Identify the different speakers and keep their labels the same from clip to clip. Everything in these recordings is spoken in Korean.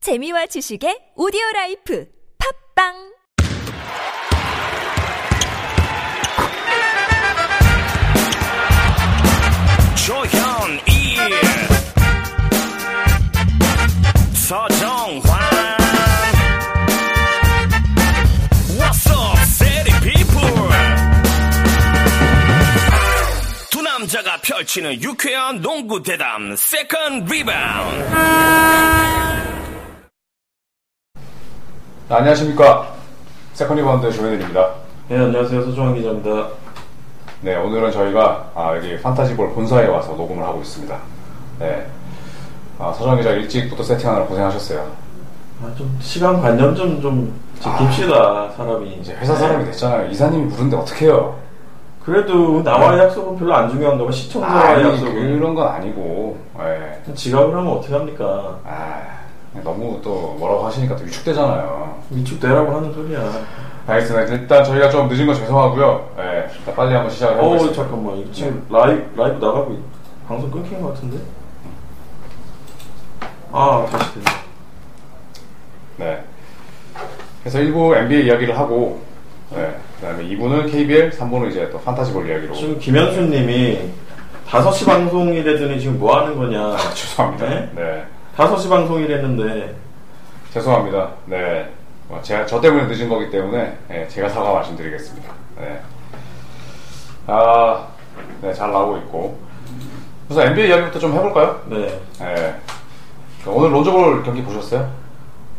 Speaker 1: 재미와 지식의 오디오 라이프 팝빵
Speaker 2: 조현이 서정환 What's up, city people? 두 남자가 펼치는 유쾌한 농구 대담, Second Rebound.
Speaker 3: 안녕하십니까. 세컨리 바운드 조현일입니다.
Speaker 4: 네, 안녕하세요. 소중한 기자입니다.
Speaker 3: 네, 오늘은 저희가 아, 여기 판타지볼 본사에 와서 녹음을 하고 있습니다. 네. 아, 서정 기자 일찍부터 세팅하느라 고생하셨어요.
Speaker 4: 아, 좀 시간 관념 좀, 좀 지킵시다, 사람이. 네.
Speaker 3: 이제 회사 사람이 됐잖아요. 이사님이 부른데 어떡해요.
Speaker 4: 그래도 나와의 약속은 별로 안 중요한가 봐. 시청자와의
Speaker 3: 아니,
Speaker 4: 약속은.
Speaker 3: 그런 건 아니고. 예.
Speaker 4: 지각을 하면 어떻게 합니까?
Speaker 3: 아, 너무 또 뭐라고 하시니까 또 위축되잖아요.
Speaker 4: 위축되라고 하는 소리야.
Speaker 3: 알겠습니다. 일단 저희가 좀 늦은 건 죄송하고요. 예. 일단 빨리 한번 시작을
Speaker 4: 어우,
Speaker 3: 해보겠습니다.
Speaker 4: 잠깐만. 이거 지금 라이브, 라이브 나가고 있... 방송 끊긴 것 같은데? 아, 다시 됐네.
Speaker 3: 네. 그래서 1부 NBA 이야기를 하고, 네. 그 다음에 2부는 KBL, 3부는 이제 또 판타지볼 이야기로.
Speaker 4: 지금 김현수 님이 5시 방송이라더니 지금 뭐 하는 거냐.
Speaker 3: 죄송합니다. 네.
Speaker 4: 네? 5시 방송이랬는데.
Speaker 3: 죄송합니다. 네. 뭐 제가, 저 때문에 늦은 거기 때문에, 네, 제가 사과 말씀드리겠습니다. 네. 아, 네, 잘 나오고 있고. 우선 NBA 이야기부터 좀 해볼까요?
Speaker 4: 네.
Speaker 3: 네. 오늘 론저볼 경기 보셨어요?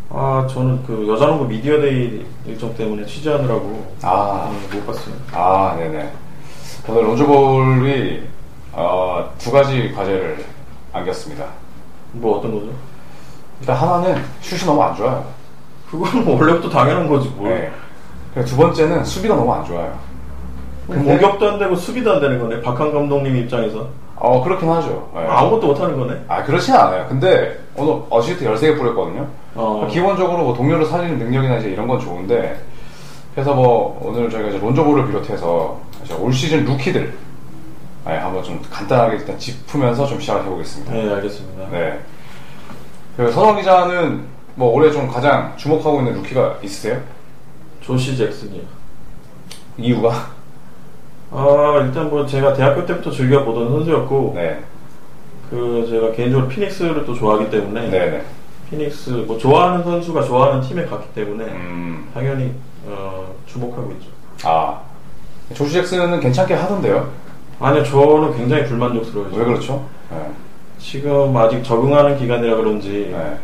Speaker 4: 아 저는 그 여자농구 미디어데이 일정 때문에 취재하느라고
Speaker 3: 아.
Speaker 4: 음, 못 봤어요.
Speaker 3: 아, 네네. 오늘 론저볼이, 어, 두 가지 과제를 안겼습니다.
Speaker 4: 뭐 어떤 거죠?
Speaker 3: 일단 그러니까 하나는 슛이 너무 안 좋아요.
Speaker 4: 그건 뭐 원래부터 당연한 거지 뭐.
Speaker 3: 네. 그리고 두 번째는 수비가 너무 안 좋아요.
Speaker 4: 그럼 공격도 안 되고 수비도 안 되는 거네. 박한 감독님 입장에서
Speaker 3: 어, 그렇긴 하죠. 네.
Speaker 4: 아무것도 못 하는 거네.
Speaker 3: 아, 그렇진 않아요. 근데 오늘 어시스트 13개 뿌렸거든요.
Speaker 4: 어.
Speaker 3: 기본적으로 뭐 동료를 살리는 능력이나 이제 이런 건 좋은데 그래서 뭐 오늘 저희가 이제 론저볼을 비롯해서 이제 올 시즌 루키들 네, 한번 좀 간단하게 일단 짚으면서 좀 시작을 해보겠습니다.
Speaker 4: 네 알겠습니다.
Speaker 3: 네. 그 서성 기자는 뭐 올해 좀 가장 주목하고 있는 루키가 있으세요?
Speaker 4: 조시 잭슨이요.
Speaker 3: 이유가?
Speaker 4: 어. 아 일단 뭐 제가 대학교 때부터 즐겨 보던 선수였고
Speaker 3: 네.
Speaker 4: 그 제가 개인적으로 피닉스를 또 좋아하기 때문에
Speaker 3: 네네.
Speaker 4: 피닉스 뭐 좋아하는 선수가 좋아하는 팀에 갔기 때문에
Speaker 3: 음.
Speaker 4: 당연히 어, 주목하고 있죠.
Speaker 3: 아. 조슈 잭슨은 괜찮게 하던데요?
Speaker 4: 아니요 저는 굉장히 불만족스러워요.
Speaker 3: 왜 그렇죠? 네.
Speaker 4: 지금 아직 적응하는 기간이라 그런지
Speaker 3: 네.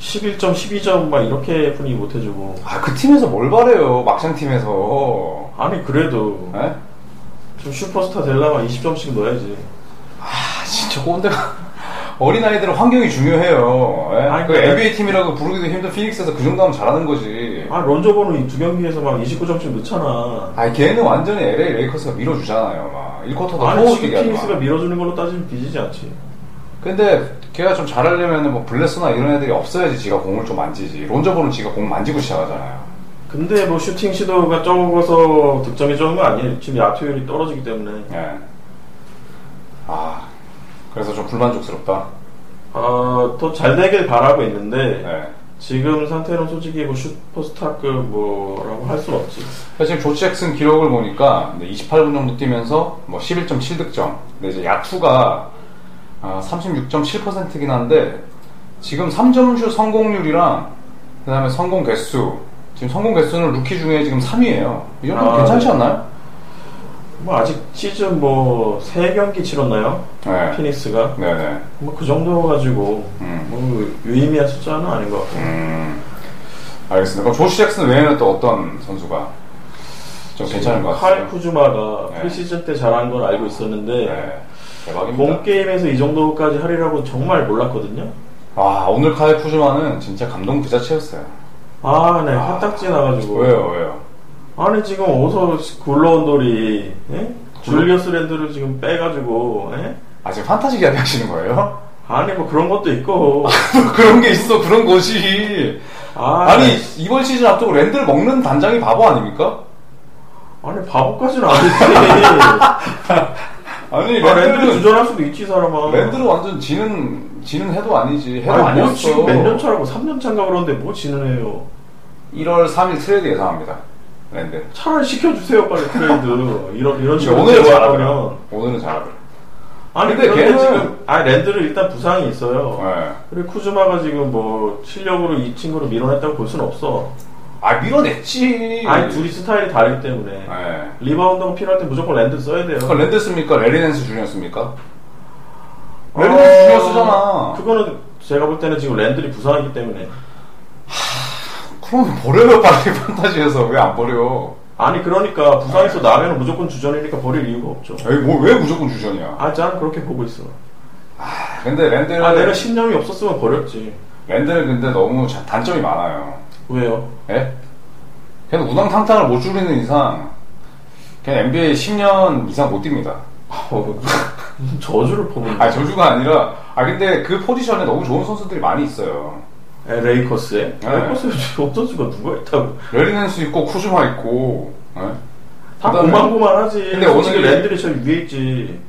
Speaker 4: 11점, 12점 막 이렇게 뿐이 못 해주고
Speaker 3: 아, 그 팀에서 뭘 바래요? 막상 팀에서.
Speaker 4: 아니 그래도
Speaker 3: 네?
Speaker 4: 좀 슈퍼스타 되려면 20점씩 넣어야지
Speaker 3: 아, 진짜 꼰대가. 어린아이들은 환경이 중요해요. 예?
Speaker 4: 아니,
Speaker 3: 그
Speaker 4: 근데-
Speaker 3: NBA 팀이라고 부르기도 힘든 피닉스에서 그 정도 하면 잘하는 거지.
Speaker 4: 아 론저버는 이 두 경기에서 막 29점씩 넣잖아
Speaker 3: 아, 걔는 완전히 LA 레이커스가 밀어주잖아요. 막. 1쿼터도
Speaker 4: 아니
Speaker 3: 호흡
Speaker 4: 지금
Speaker 3: 뛰게 하지
Speaker 4: 피닉스가
Speaker 3: 마.
Speaker 4: 밀어주는 걸로 따지면 뒤지지 않지
Speaker 3: 근데 걔가 좀 잘하려면 뭐 블레스나 이런 애들이 없어야지 지가 공을 좀 만지지. 론저보는 지가 공 만지고 시작하잖아요.
Speaker 4: 근데 뭐 슈팅 시도가 적어서 득점이 적은 거 아니에요 지금 야투율이 떨어지기 때문에
Speaker 3: 예. 아, 그래서 좀 불만족스럽다.
Speaker 4: 아더 잘 되길 바라고 있는데
Speaker 3: 예.
Speaker 4: 지금 상태로는 솔직히 뭐 슈퍼스타급 뭐라고 할 수는 없지
Speaker 3: 사실 조치 잭슨 기록을 보니까 28분 정도 뛰면서 뭐 11.7득점. 근데 이제 야투가 아, 36.7%긴 한데 지금 3점슛 성공률이랑 그다음에 성공 개수 지금 성공 개수는 루키 중에 지금 3위예요. 이 정도면
Speaker 4: 아,
Speaker 3: 괜찮지
Speaker 4: 네.
Speaker 3: 않나요?
Speaker 4: 뭐 아직 시즌 뭐 세 경기 치렀나요?
Speaker 3: 네.
Speaker 4: 피닉스가
Speaker 3: 네네.
Speaker 4: 뭐 그 정도 가지고
Speaker 3: 음.
Speaker 4: 뭐 유의미한 숫자는 아닌 것 같아요.
Speaker 3: 음. 알겠습니다. 그럼 조시 잭슨 외에는 또 어떤 선수가 좀 괜찮은 것 같아요?
Speaker 4: 칼 쿠즈마가
Speaker 3: 네.
Speaker 4: 프리시즌 때 잘한 걸 알고 있었는데
Speaker 3: 네. 대박입니다.
Speaker 4: 본 게임에서 이 정도까지 하리라고 정말 몰랐거든요.
Speaker 3: 아 오늘 카이 푸즈마는 진짜 감동 그 자체였어요.
Speaker 4: 아, 네,
Speaker 3: 아.
Speaker 4: 화딱지 나가지고.
Speaker 3: 왜요, 왜요?
Speaker 4: 아니 지금 어디서 굴러온 돌이 예? 줄리어스 랜드를 지금 빼가지고 예?
Speaker 3: 아 지금 판타지 이야기 하시는 거예요?
Speaker 4: 아니 뭐 그런 것도 있고.
Speaker 3: 그런 게 있어 그런 것이
Speaker 4: 아,
Speaker 3: 아니
Speaker 4: 니
Speaker 3: 이번 시즌 앞두고 랜드를 먹는 단장이 바보 아닙니까?
Speaker 4: 아니 바보까지는 아니지.
Speaker 3: 아니
Speaker 4: 아, 랜드를
Speaker 3: 랜드는
Speaker 4: 주전할 수도 있지 사람아.
Speaker 3: 랜드를 완전 지는 지는 해도 아니지. 해도
Speaker 4: 아니, 뭐
Speaker 3: 아니었어.
Speaker 4: 지금 몇 년 차라고 3년 차인가 그러는데 뭐 지는 해요
Speaker 3: 1월 3일 트레이드 예상합니다. 랜드.
Speaker 4: 차라리 시켜주세요 빨리 트레이드 이런 이런 식으로
Speaker 3: 오늘은
Speaker 4: 대화하면.
Speaker 3: 잘하더라. 오늘은 잘하더라.
Speaker 4: 아니
Speaker 3: 근데
Speaker 4: 근데
Speaker 3: 걔는-
Speaker 4: 걔는 지금 아 랜드를 일단 부상이 있어요
Speaker 3: 예.
Speaker 4: 그리고 쿠즈마가 지금 뭐 실력으로 이 친구를 밀어냈다고 볼 순 없어
Speaker 3: 아, 밀어냈지.
Speaker 4: 아니 둘이 스타일이 다르기 때문에
Speaker 3: 예.
Speaker 4: 리바운드가 필요할 때 무조건 랜드 써야 돼요
Speaker 3: 그거 랜드 씁니까? 레리넨스 주니어 씁니까?
Speaker 4: 어,
Speaker 3: 레리넨스 주니어 쓰잖아.
Speaker 4: 그거는 제가 볼 때는 지금 랜들이 부상이기 때문에
Speaker 3: 그럼 버려요, 빨리 판타지에서. 왜 안 버려?
Speaker 4: 아니 그러니까 부상에서 나면 무조건 주전이니까 버릴 이유가 없죠
Speaker 3: 에이, 뭐, 왜 무조건 주전이야?
Speaker 4: 아 난 그렇게 보고 있어
Speaker 3: 근데 랜드는,
Speaker 4: 아 내가 신념이 없었으면 버렸지
Speaker 3: 랜드는 근데 너무 자- 단점이 많아요.
Speaker 4: 왜요?
Speaker 3: 예? 걔는 우당탕탕을 못 줄이는 이상, 걔는 NBA 10년 이상 못 뜁니다.
Speaker 4: 어, 저주를 보는
Speaker 3: 아, 저주가 아니라, 아, 근데 그 포지션에 너무 좋은 선수들이 많이 있어요.
Speaker 4: 에, 아, 레이커스에
Speaker 3: 네.
Speaker 4: 레이커스에 없선수가 누가 있다고
Speaker 3: 레리넨스 있고, 쿠즈마 있고, 예?
Speaker 4: 다
Speaker 3: 그다음에-
Speaker 4: 고만고만하지
Speaker 3: 근데
Speaker 4: 근데 솔직히
Speaker 3: 오늘-
Speaker 4: 랜들이 제일 위에 있지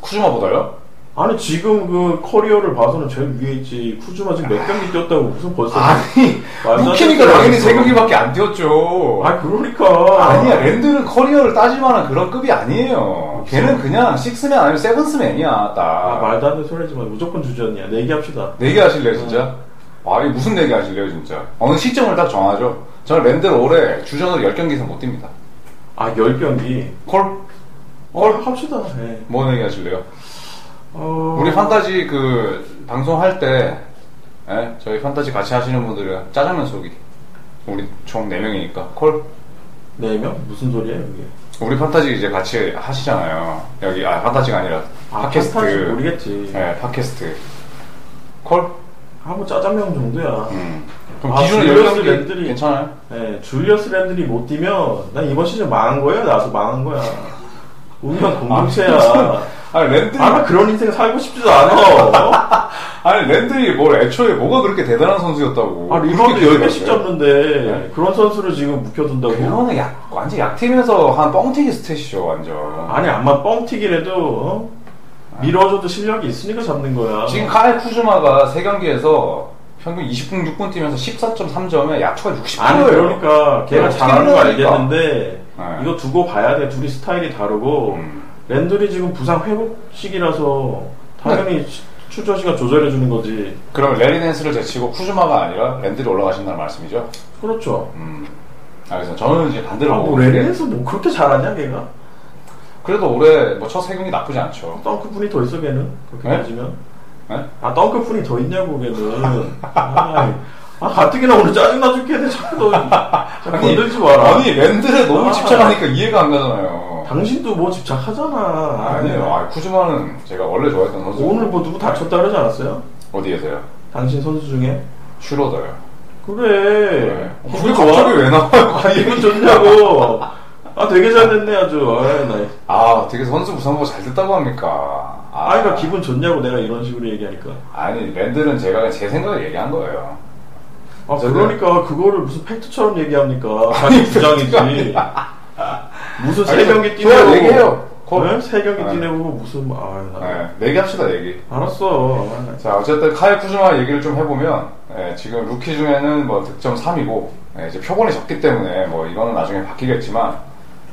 Speaker 3: 쿠즈마보다요?
Speaker 4: 아니 지금 그 커리어를 봐서는 제일 위에 있지 쿠즈마 지금 몇 경기 뛰었다고 무슨 벌써
Speaker 3: 아니,
Speaker 4: 완전
Speaker 3: 루키니까 당연히
Speaker 4: 뜬금없어.
Speaker 3: 세 경기밖에 안 뛰었죠.
Speaker 4: 아 그러니까
Speaker 3: 아니야 랜드는 커리어를 따질만한 그런 급이 아니에요. 걔는 그냥 식스맨 아니면 세븐스맨이야
Speaker 4: 아,
Speaker 3: 딱.
Speaker 4: 말도 안 되는 소리하지 마. 무조건 주전이야. 내기합시다.
Speaker 3: 내기 하실래요 진짜?
Speaker 4: 음.
Speaker 3: 아니 무슨 내기 하실래요 진짜? 어느 시점을 딱 정하죠. 저는 랜드를 올해 주전으로 10경기 이상 못 뜁니다.
Speaker 4: 아, 열경기
Speaker 3: 콜?
Speaker 4: 어, 합시다. 예.
Speaker 3: 뭐 내기 하실래요?
Speaker 4: 어,
Speaker 3: 우리 판타지 그 방송할 때 예? 저희 판타지 같이 하시는 분들은 짜장면 쏘기 우리 총 4명이니까 콜?
Speaker 4: 네 명? 무슨 소리야, 이게?
Speaker 3: 우리 판타지 이제 같이 하시잖아요. 여기 아 판타지가 아니라
Speaker 4: 아,
Speaker 3: 팟캐스트.
Speaker 4: 판타지 모르겠지.
Speaker 3: 네, 팟캐스트. 콜?
Speaker 4: 한번 짜장면 정도야.
Speaker 3: 음. 그럼
Speaker 4: 아,
Speaker 3: 기준은
Speaker 4: 줄리어스
Speaker 3: 10경기
Speaker 4: 랜들이-
Speaker 3: 괜찮아요?
Speaker 4: 예, 줄리어스 랜들이 못 뛰면, 난 이번 시즌 망한 거야? 나도 망한 거야. 운명 공동체야.
Speaker 3: 아니 랜들이 뭐,
Speaker 4: 아, 나 그런 인생 살고 싶지도 않아.
Speaker 3: 아니 랜들이 뭘 애초에 뭐가 그렇게 대단한 선수였다고
Speaker 4: 아, 리바운드
Speaker 3: 그렇게
Speaker 4: 10개씩
Speaker 3: 기억이 안
Speaker 4: 잡는데,
Speaker 3: 네.
Speaker 4: 그런 선수를 지금 묵혀둔다고.
Speaker 3: 나요? 그거는 약 완전 약팀에서 한 뻥튀기 스탯이죠 완전
Speaker 4: 아니, 암만 뻥튀기라도, 어? 밀어줘도 실력이 있으니까 잡는 거야.
Speaker 3: 아. 지금 카이 쿠즈마가 3경기에서 평균 20분 6분 뛰면서 14.3점에 약초가 60%예요
Speaker 4: 아니 그러니까 걔가
Speaker 3: 어떻게
Speaker 4: 잘하는 거
Speaker 3: 그러니까.
Speaker 4: 알겠는데
Speaker 3: 네. 음.
Speaker 4: 이거 두고 봐야 돼 둘이 스타일이 다르고 랜들이 지금 부상 회복 시기라서 당연히 시-
Speaker 3: 네.
Speaker 4: 출전 시간 조절해 주는 거지
Speaker 3: 그럼 레리넨스를 제치고 쿠즈마가 아니라 랜들이 올라가신다는 말씀이죠?
Speaker 4: 그렇죠
Speaker 3: 음. 알겠습니다 저는 이제 반대로
Speaker 4: 아뭐
Speaker 3: 보고 있는데
Speaker 4: 랜에서 뭐 그렇게 잘하냐 걔가
Speaker 3: 그래도 올해 뭐 첫 세경기 나쁘지 않죠
Speaker 4: 덩크 분이 더 있어 걔는 그렇게
Speaker 3: 네?
Speaker 4: 따지면
Speaker 3: 네?
Speaker 4: 아 덩크 분이 더 있냐고 걔는 아, 아 가뜩이나 오늘 짜증나 죽겠네 자꾸 너 자꾸 건들지 마라
Speaker 3: 아니 랜드에 너무
Speaker 4: 아.
Speaker 3: 집착하니까 이해가 안 가잖아요.
Speaker 4: 당신도 뭐 집착하잖아 네.
Speaker 3: 아니에요. 아, 쿠즈마는 제가 원래 좋아했던 선수.
Speaker 4: 오늘 뭐 누구 다쳤다 그러지 않았어요?
Speaker 3: 어디에서요?
Speaker 4: 당신 선수 중에?
Speaker 3: 슈로더요.
Speaker 4: 어, 그래.
Speaker 3: 네.
Speaker 4: 기분
Speaker 3: 그게
Speaker 4: 좋아?
Speaker 3: 갑자기 왜 나와요?
Speaker 4: 아, 기분 좋냐고. 아, 되게 잘 됐네, 아주. 아, 나.
Speaker 3: 아, 되게 선수 부상 보고 잘 됐다고 합니까?
Speaker 4: 아, 그러니까 기분 좋냐고 내가 이런 식으로 얘기하니까.
Speaker 3: 아니 랜드는 제가 그냥 제 생각을 얘기한 거예요.
Speaker 4: 아,
Speaker 3: 저도요.
Speaker 4: 그러니까 그거를 무슨 팩트처럼 얘기합니까? 자기 주장이지. 무슨 세
Speaker 3: 알겠어요.
Speaker 4: 경기
Speaker 3: 그냥
Speaker 4: 뛰내고.
Speaker 3: 얘기해요. 콜.
Speaker 4: 네? 세 경기
Speaker 3: 네.
Speaker 4: 뛰내고 무슨, 아, 나.
Speaker 3: 네, 얘기합시다 얘기.
Speaker 4: 알았어. 아, 나.
Speaker 3: 자, 어쨌든 카이 쿠즈마 얘기를 좀 해보면 예, 지금 루키 중에는 뭐 득점 3이고 예, 이제 표본이 적기 때문에 뭐 이거는 나중에 바뀌겠지만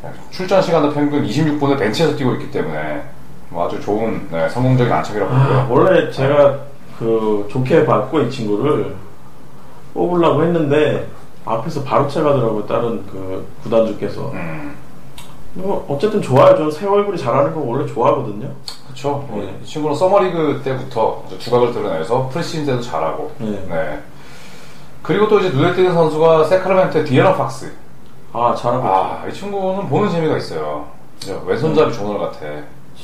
Speaker 3: 예, 출전 시간도 평균 26분을 벤치에서 뛰고 있기 때문에 뭐 아주 좋은 네, 성공적인 안착이라고
Speaker 4: 아,
Speaker 3: 보고요.
Speaker 4: 원래 제가 그 좋게 봤고 이 친구를 뽑으려고 했는데 앞에서 바로 채가더라고요 다른 그 구단주께서
Speaker 3: 음,
Speaker 4: 뭐 어쨌든 좋아요 저는 새 얼굴이 잘하는 거 원래 좋아하거든요
Speaker 3: 그렇죠.
Speaker 4: 네.
Speaker 3: 이 친구는 서머리그 때부터 아주 두각을 드러내서 프리시즌 때도 잘하고.
Speaker 4: 네.
Speaker 3: 네. 그리고 또 이제 눈에 띄는 선수가 세크라멘토의 디에런 팍스.
Speaker 4: 아 잘하고 있죠.
Speaker 3: 아, 이 친구는 보는 재미가 있어요. 진짜
Speaker 4: 네.
Speaker 3: 왼손잡이 조널 같아.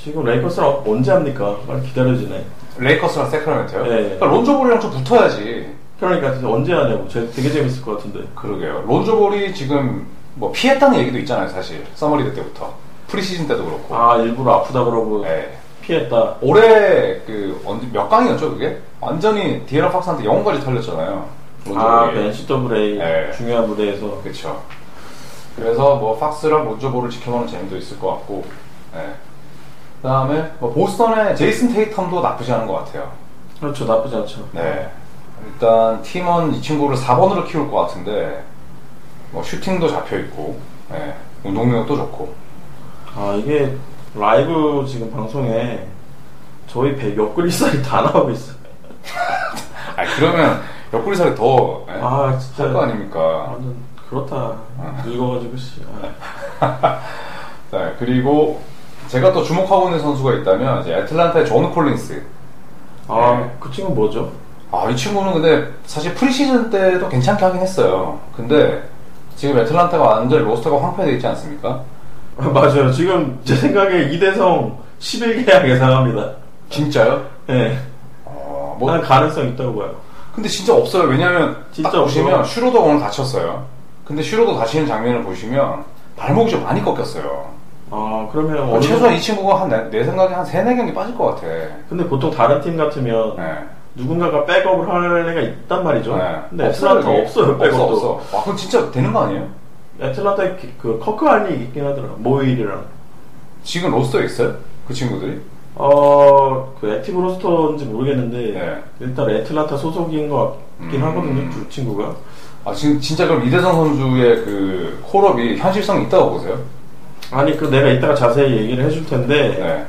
Speaker 4: 지금 레이커스랑 언제 합니까? 빨리 기다려지네
Speaker 3: 레이커스랑 세크라멘토요?
Speaker 4: 예, 예.
Speaker 3: 그러니까 론조볼이랑 좀 붙어야지.
Speaker 4: 그러니까 진짜 언제 하냐고 제 되게 재밌을 것 같은데
Speaker 3: 그러게요. 론조볼이 지금 뭐 피했다는 얘기도 있잖아요, 사실. 서머리드 때부터. 프리시즌 때도 그렇고.
Speaker 4: 아 일부러 아프다 그러고
Speaker 3: 예.
Speaker 4: 피했다
Speaker 3: 올해 그 언제 몇 강이었죠, 그게? 완전히 디에런 팍스한테 영혼까지 털렸잖아요. 론조볼이.
Speaker 4: 아그 NCAA
Speaker 3: 네.
Speaker 4: 중요한 무대에서
Speaker 3: 그쵸. 그래서 뭐 팍스랑 론조볼을 지켜보는 재미도 있을 것 같고. 네. 예. 그다음에 뭐 보스턴의 제이슨 테이텀도 나쁘지 않은 것 같아요.
Speaker 4: 그렇죠. 나쁘지 않죠.
Speaker 3: 네. 일단 팀원 이 친구를 4번으로 키울 것 같은데 뭐 슈팅도 잡혀 있고 네. 운동력도 좋고
Speaker 4: 아 이게 라이브 지금 방송에 저희 100몇 글리살이 다 나오고 있어요.
Speaker 3: 아 그러면 옆구리 살이 더 네?
Speaker 4: 아 진짜
Speaker 3: 할거 아닙니까?
Speaker 4: 완전 그렇다. 늙어가지고 씨. 아,
Speaker 3: 네, 그리고 제가 또 주목하고 있는 선수가 있다면 이제 애틀란타의 존 콜린스.
Speaker 4: 아, 그 친구 뭐죠?
Speaker 3: 아, 이 친구는 근데 사실 프리시즌 때도 괜찮게 하긴 했어요. 근데 지금 애틀란타가 완전 로스터가 황폐되어 있지 않습니까?
Speaker 4: 아, 맞아요. 지금 제 생각에 이대성 11계약 예상합니다.
Speaker 3: 진짜요?
Speaker 4: 예. 네.
Speaker 3: 어, 뭐
Speaker 4: 난 가능성 있다고 봐요.
Speaker 3: 근데 진짜 없어요. 왜냐면
Speaker 4: 진짜
Speaker 3: 딱 보시면
Speaker 4: 없어요.
Speaker 3: 슈로도 오늘 다쳤어요. 근데 슈로도 다치는 장면을 보시면 발목이 좀 많이 꺾였어요.
Speaker 4: 아 그러면
Speaker 3: 어,
Speaker 4: 어느-
Speaker 3: 최소한 이 친구가 한 네, 내 생각에 한 세네 경기 빠질 것 같아.
Speaker 4: 근데 보통 다른 팀 같으면
Speaker 3: 네.
Speaker 4: 누군가가 백업을 할 애가 있단 말이죠. 근데 애틀란타
Speaker 3: 여기.
Speaker 4: 없어요. 백업도.
Speaker 3: 네. 없어 없어. 아 그럼 진짜 되는 거 아니에요?
Speaker 4: 애틀란타에 기- 그 커크안이 있긴 하더라. 모일이랑.
Speaker 3: 지금 로스터에 있어요? 그 친구들이?
Speaker 4: 어, 그 액티브 로스터인지 모르겠는데
Speaker 3: 네.
Speaker 4: 일단 애틀란타 소속인 것 같긴
Speaker 3: 음.
Speaker 4: 하거든요. 두 친구가.
Speaker 3: 아 지금 진짜 그럼 이대성 선수의 그 콜업이 현실성이 있다고 보세요?
Speaker 4: 아니 그 내가 이따가 자세히 얘기를 해줄 텐데
Speaker 3: 네.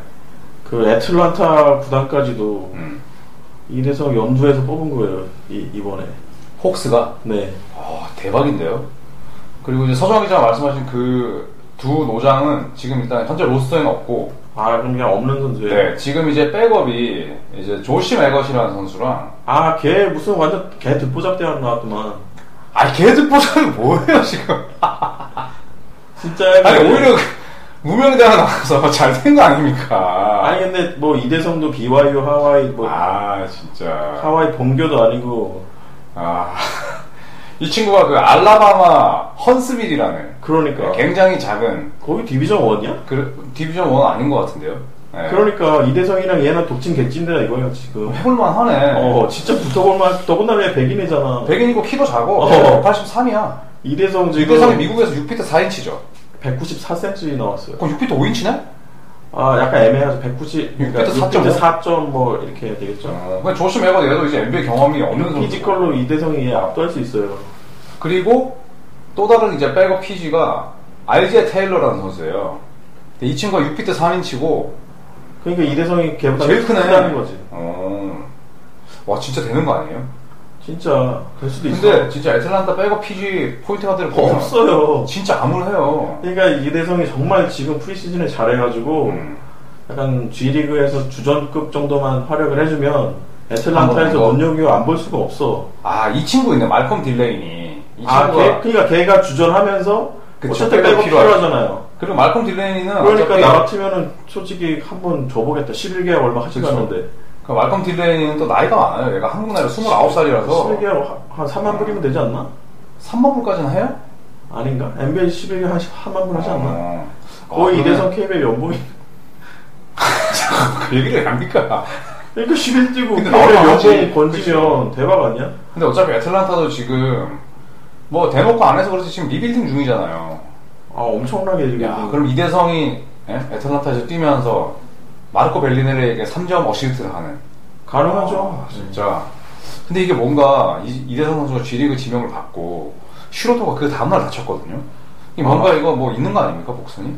Speaker 4: 그 애틀란타 구단까지도
Speaker 3: 음.
Speaker 4: 이래서 연두에서 뽑은 거예요. 이, 이번에.
Speaker 3: 혹스가
Speaker 4: 네.
Speaker 3: 아, 대박인데요. 그리고 이제 서정환 기자 가 말씀하신 그 두 노장은 지금 일단 현재 로스터에는 없고
Speaker 4: 아 그럼 그냥 없는 선수예요.
Speaker 3: 네, 지금 이제 백업이 이제 조시 맥것이라는 선수랑
Speaker 4: 아 걔 무슨 완전 걔 듣보잡대학 나왔더만.
Speaker 3: 아 걔들 포장이 뭐예요 지금?
Speaker 4: 진짜
Speaker 3: 아니 오히려 무명대학 나와서 잘 된 거 아닙니까?
Speaker 4: 아니 근데 뭐 이대성도 BYU 하와이 뭐
Speaker 3: 아 진짜
Speaker 4: 하와이 본교도 아니고
Speaker 3: 아이 친구가 그 알라바마 헌스빌이라는
Speaker 4: 그러니까
Speaker 3: 굉장히 작은
Speaker 4: 거기 디비전 1이야?
Speaker 3: 그 디비전 1 아닌 것 같은데요? 네.
Speaker 4: 그러니까 이대성이랑 얘나 독친 개찐데다 이거야 지금.
Speaker 3: 해볼만 하네.
Speaker 4: 어 진짜 붙어볼만 더군다나 얘 백인이잖아.
Speaker 3: 백인이고 키도 작고
Speaker 4: 어.
Speaker 3: 83이야.
Speaker 4: 이대성 지금
Speaker 3: 이대성이 미국에서 6피트 4인치죠.
Speaker 4: 194cm 나왔어요.
Speaker 3: 그럼 6피트 5인치네?
Speaker 4: 아 약간 애매하죠. 190 그러니까
Speaker 3: 6m
Speaker 4: 6m 4점 뭐 이렇게 해야 되겠죠.
Speaker 3: 그러니까 조심 해봐 얘도 이제 NBA 경험이 없는 선수.
Speaker 4: 피지컬로 이대성이 얘 압도할 수 있어요.
Speaker 3: 그리고 또 다른 이제 백업 PG가 알지에 테일러라는 선수예요. 근데 이 친구가 6피트 3인치고
Speaker 4: 그러니까 이대성이 걔보다
Speaker 3: 제일 크네.
Speaker 4: 크다는 거지.
Speaker 3: 어. 와 진짜 되는 거 아니에요?
Speaker 4: 진짜 될 수도 있어.
Speaker 3: 근데 진짜 애틀란타 백업 PG 포인트 가드를 보면
Speaker 4: 없어요.
Speaker 3: 진짜 암울해요.
Speaker 4: 그러니까 이대성이 정말 지금 프리시즌에 잘해가지고
Speaker 3: 음.
Speaker 4: 약간 G리그에서 주전급 정도만 활약을 해주면
Speaker 3: 한번
Speaker 4: 애틀란타에서
Speaker 3: 더.
Speaker 4: 문용규 안볼 수가 없어.
Speaker 3: 아이 친구 있네 말콤 딜레인이. 이
Speaker 4: 아,
Speaker 3: 친구가
Speaker 4: 걔, 그러니까 걔가 주전하면서
Speaker 3: 그쵸,
Speaker 4: 어쨌든
Speaker 3: 백업
Speaker 4: 백업
Speaker 3: 필요하죠. 아,
Speaker 4: 필요하잖아요.
Speaker 3: 그리고 말콤 딜레인이는
Speaker 4: 그러니까
Speaker 3: 어차피
Speaker 4: 나 같으면은 솔직히 한 번 줘보겠다. 11개월 얼마 하지도
Speaker 3: 그쵸.
Speaker 4: 않는데.
Speaker 3: 그 말콤 딜레인은 또 나이가 많아요. 얘가 한국 나이로 29살이라서 아.
Speaker 4: 11개월 한- 한 3만 불이면 되지 않나?
Speaker 3: 3만 불까지는 해요?
Speaker 4: 아닌가? NBA 11개월 한 10만 불 하지 않나?
Speaker 3: 어.
Speaker 4: 거의
Speaker 3: 아,
Speaker 4: 이대성 KBL 연봉이.
Speaker 3: 그러면 그 얘기를 왜 합니까?
Speaker 4: 그러니까 11 뛰고
Speaker 3: 근데
Speaker 4: KBL
Speaker 3: 나오면 안
Speaker 4: 연봉
Speaker 3: 되지.
Speaker 4: 건지면 대박 아니야?
Speaker 3: 근데 어차피 애틀란타도 지금 뭐 대놓고 안 해서 그렇지 지금 리빌딩 중이잖아요.
Speaker 4: 아 엄청나게 지금.
Speaker 3: 야, 그럼 이대성이 예? 애틀란타에서 뛰면서 마르코 벨리네르에게 3점 어시스트를 하는.
Speaker 4: 가능하죠.
Speaker 3: 아, 진짜. 근데 이게 뭔가 이, 이대성 선수가 G리그 지명을 받고 슈로토가 그 다음날 다쳤거든요. 이 뭔가
Speaker 4: 아.
Speaker 3: 이거 뭐 있는 거 아닙니까 복선이?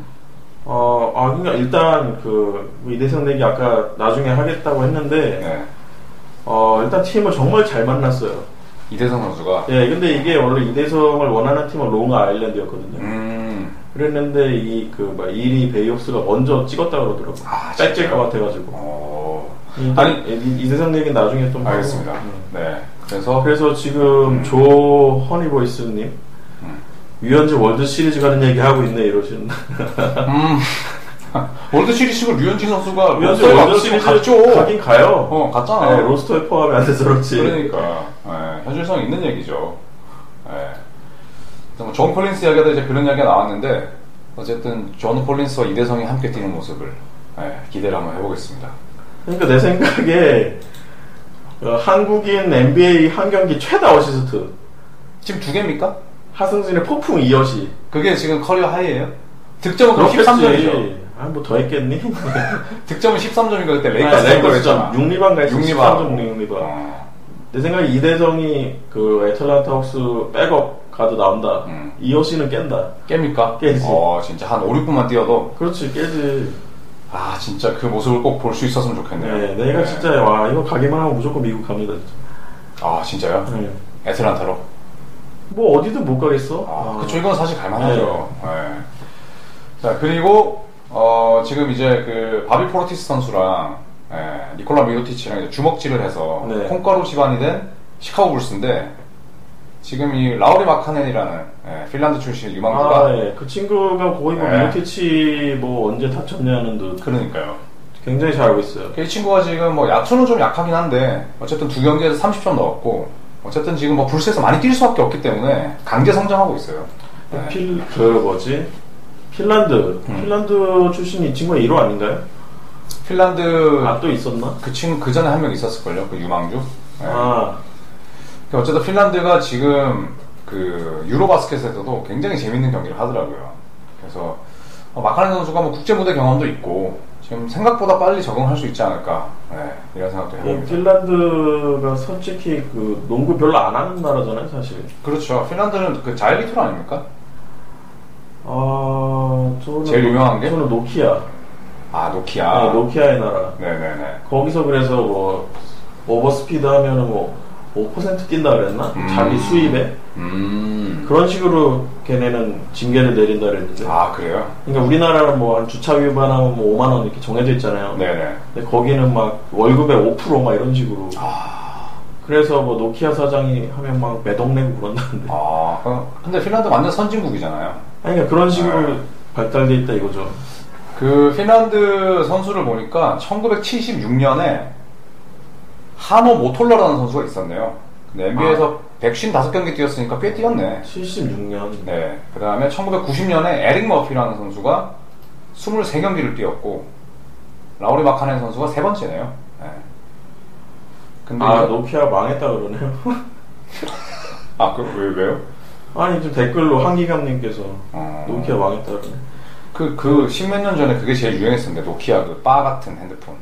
Speaker 4: 어, 아, 그러니까 일단 그 이대성 얘기 아까 나중에 하겠다고 했는데
Speaker 3: 네.
Speaker 4: 어, 일단 팀을 정말 잘 만났어요.
Speaker 3: 이대성 선수가.
Speaker 4: 예, 근데 이게 원래 이대성을 원하는 팀은 롱 아일랜드였거든요.
Speaker 3: 음.
Speaker 4: 그랬는데 이그막 이리 베이옥스가 먼저 찍었다 그러더라고.
Speaker 3: 아, 진짜요?
Speaker 4: 뺏길까 같아가지고.
Speaker 3: 어. 아니,
Speaker 4: 아니 이대성 얘기는 나중에 좀. 하고.
Speaker 3: 알겠습니다. 음.
Speaker 4: 음.
Speaker 3: 네. 그래서
Speaker 4: 그래서 지금 조 허니보이스님 유현진 월드 시리즈 가는 얘기 하고 있네 이러시는.
Speaker 3: 음. 월드 시리즈로 류현진 선수가
Speaker 4: 유현진
Speaker 3: 로스터에
Speaker 4: 월드
Speaker 3: 갔으면
Speaker 4: 시리즈
Speaker 3: 갔죠.
Speaker 4: 가긴 가요.
Speaker 3: 어, 갔잖아.
Speaker 4: 네, 로스터에 포함이 안 돼서 그렇지.
Speaker 3: 그러니까 예, 현실성 있는 얘기죠. 예. 그래서 뭐존 콜린스 이야기도 이제 그런 이야기가 나왔는데 어쨌든 존 콜린스와 이대성이 함께 뛰는 모습을 예, 기대를 한번 해보겠습니다.
Speaker 4: 그러니까 내 생각에 어, 한국인 NBA 한 경기 최다 어시스트
Speaker 3: 지금 두 개입니까?
Speaker 4: 하승진의 폭풍 이어시
Speaker 3: 그게 지금 그러니까 커리어 하이예요? 득점은
Speaker 4: 그렇겠지.
Speaker 3: 13점이죠.
Speaker 4: 아, 뭐 더 했겠니?
Speaker 3: 득점은 13점인가 그때 레이커스
Speaker 4: 레이커스
Speaker 3: 했잖아. 어.
Speaker 4: 점 6리반 가있어 13점
Speaker 3: 6리바.
Speaker 4: 6리반 내 생각에 이대성이 그 애틀란타 하우스 백업 가도 나온다
Speaker 3: 음.
Speaker 4: 이호씨는 깬다
Speaker 3: 깹니까?
Speaker 4: 깨지.
Speaker 3: 어, 진짜 한 5, 6분만 뛰어도
Speaker 4: 그렇지 깨지
Speaker 3: 아 진짜 그 모습을 꼭 볼 수 있었으면 좋겠네요.
Speaker 4: 네, 내가
Speaker 3: 네.
Speaker 4: 진짜 와 이거 가기만 하면 무조건 미국 갑니다 진짜
Speaker 3: 아 진짜요?
Speaker 4: 네.
Speaker 3: 애틀란타로.
Speaker 4: 뭐 어디든 못 가겠어
Speaker 3: 아, 그쵸 이건 사실 갈만하죠. 네. 자 그리고 어, 지금 이제 그 바비 포르티스 선수랑 예, 니콜라 미도티치랑 이제 주먹질을 해서
Speaker 4: 네.
Speaker 3: 콩가루 집안이 된 시카고 불스인데 지금 이 라우리 마카넨이라는 예, 핀란드 출신 유망주가
Speaker 4: 아, 예. 그 친구가 거의 뭐
Speaker 3: 네.
Speaker 4: 미오티치 뭐 언제 다쳤냐는 듯
Speaker 3: 그러니까요.
Speaker 4: 굉장히 잘 알고 있어요
Speaker 3: 이 친구가 지금 뭐 야투는 좀 약하긴 한데 어쨌든 두 경기에서 30점 넣었고 어쨌든 지금 뭐 불스에서 많이 뛸 수밖에 없기 때문에 강제 성장하고 있어요. 네. 음.
Speaker 4: 필, 그 뭐지 핀란드 핀란드 출신이 이 친구가 1호 아닌가요?
Speaker 3: 핀란드
Speaker 4: 아 또 있었나?
Speaker 3: 그 친구 그 전에 한 명 있었을걸요 그 유망주. 네.
Speaker 4: 아
Speaker 3: 근데 그러니까 어쨌든 핀란드가 지금 그 유로바스켓에서도 굉장히 재밌는 경기를 하더라고요. 그래서 어, 마카렌 선수가 뭐 국제 무대 경험도 있고 지금 생각보다 빨리 적응할 수 있지 않을까 네, 이런 생각도
Speaker 4: 예,
Speaker 3: 해봅니다.
Speaker 4: 핀란드가 솔직히 그 농구 별로 안 하는 나라잖아요 사실
Speaker 3: 그렇죠. 핀란드는 그 자일리톨 아닙니까?
Speaker 4: 아, 저는
Speaker 3: 제일 유명한 게?
Speaker 4: 저는 노키아.
Speaker 3: 아
Speaker 4: 아,
Speaker 3: 노키아.
Speaker 4: 노키아의 나라.
Speaker 3: 네네네.
Speaker 4: 거기서 그래서 뭐 오버스피드 하면은 뭐5% 낀다 그랬나?
Speaker 3: 음.
Speaker 4: 자기 수입에
Speaker 3: 음.
Speaker 4: 그런 식으로 걔네는 징계를 내린다 그랬는데.
Speaker 3: 아 그래요?
Speaker 4: 그러니까 우리나라는 뭐 한 주차 위반하면 뭐 5만 원 이렇게 정해져 있잖아요.
Speaker 3: 네네.
Speaker 4: 근데 거기는 막 월급의 5%막 이런 식으로. 그래서 뭐 노키아 사장이 하면 막 매동내고 그런다는데.
Speaker 3: 아 그럼- 근데 핀란드 완전 선진국이잖아요.
Speaker 4: 아니, 그러니까 그런 식으로 발달돼 있다 이거죠.
Speaker 3: 그 핀란드 선수를 보니까 1976년에 하노 모톨러라는 선수가 있었네요. 근데 NBA에서 155경기 뛰었으니까 꽤 뛰었네.
Speaker 4: 76년.
Speaker 3: 네. 그 다음에 1990년에 에릭 머피라는 선수가 23경기를 뛰었고, 라우리 마카넨 선수가 세 번째네요. 네. 근데,
Speaker 4: 아,
Speaker 3: 이거-
Speaker 4: 노키아 망했다 그러네요.
Speaker 3: 아, 그, 왜, 왜요?
Speaker 4: 아니 지금 댓글로 한기감님께서
Speaker 3: 어.
Speaker 4: 노키아 망했다 그러네.
Speaker 3: 그, 그, 십몇 년 전에 그게 제일 유행했었는데, 노키아 그, 바 같은 핸드폰.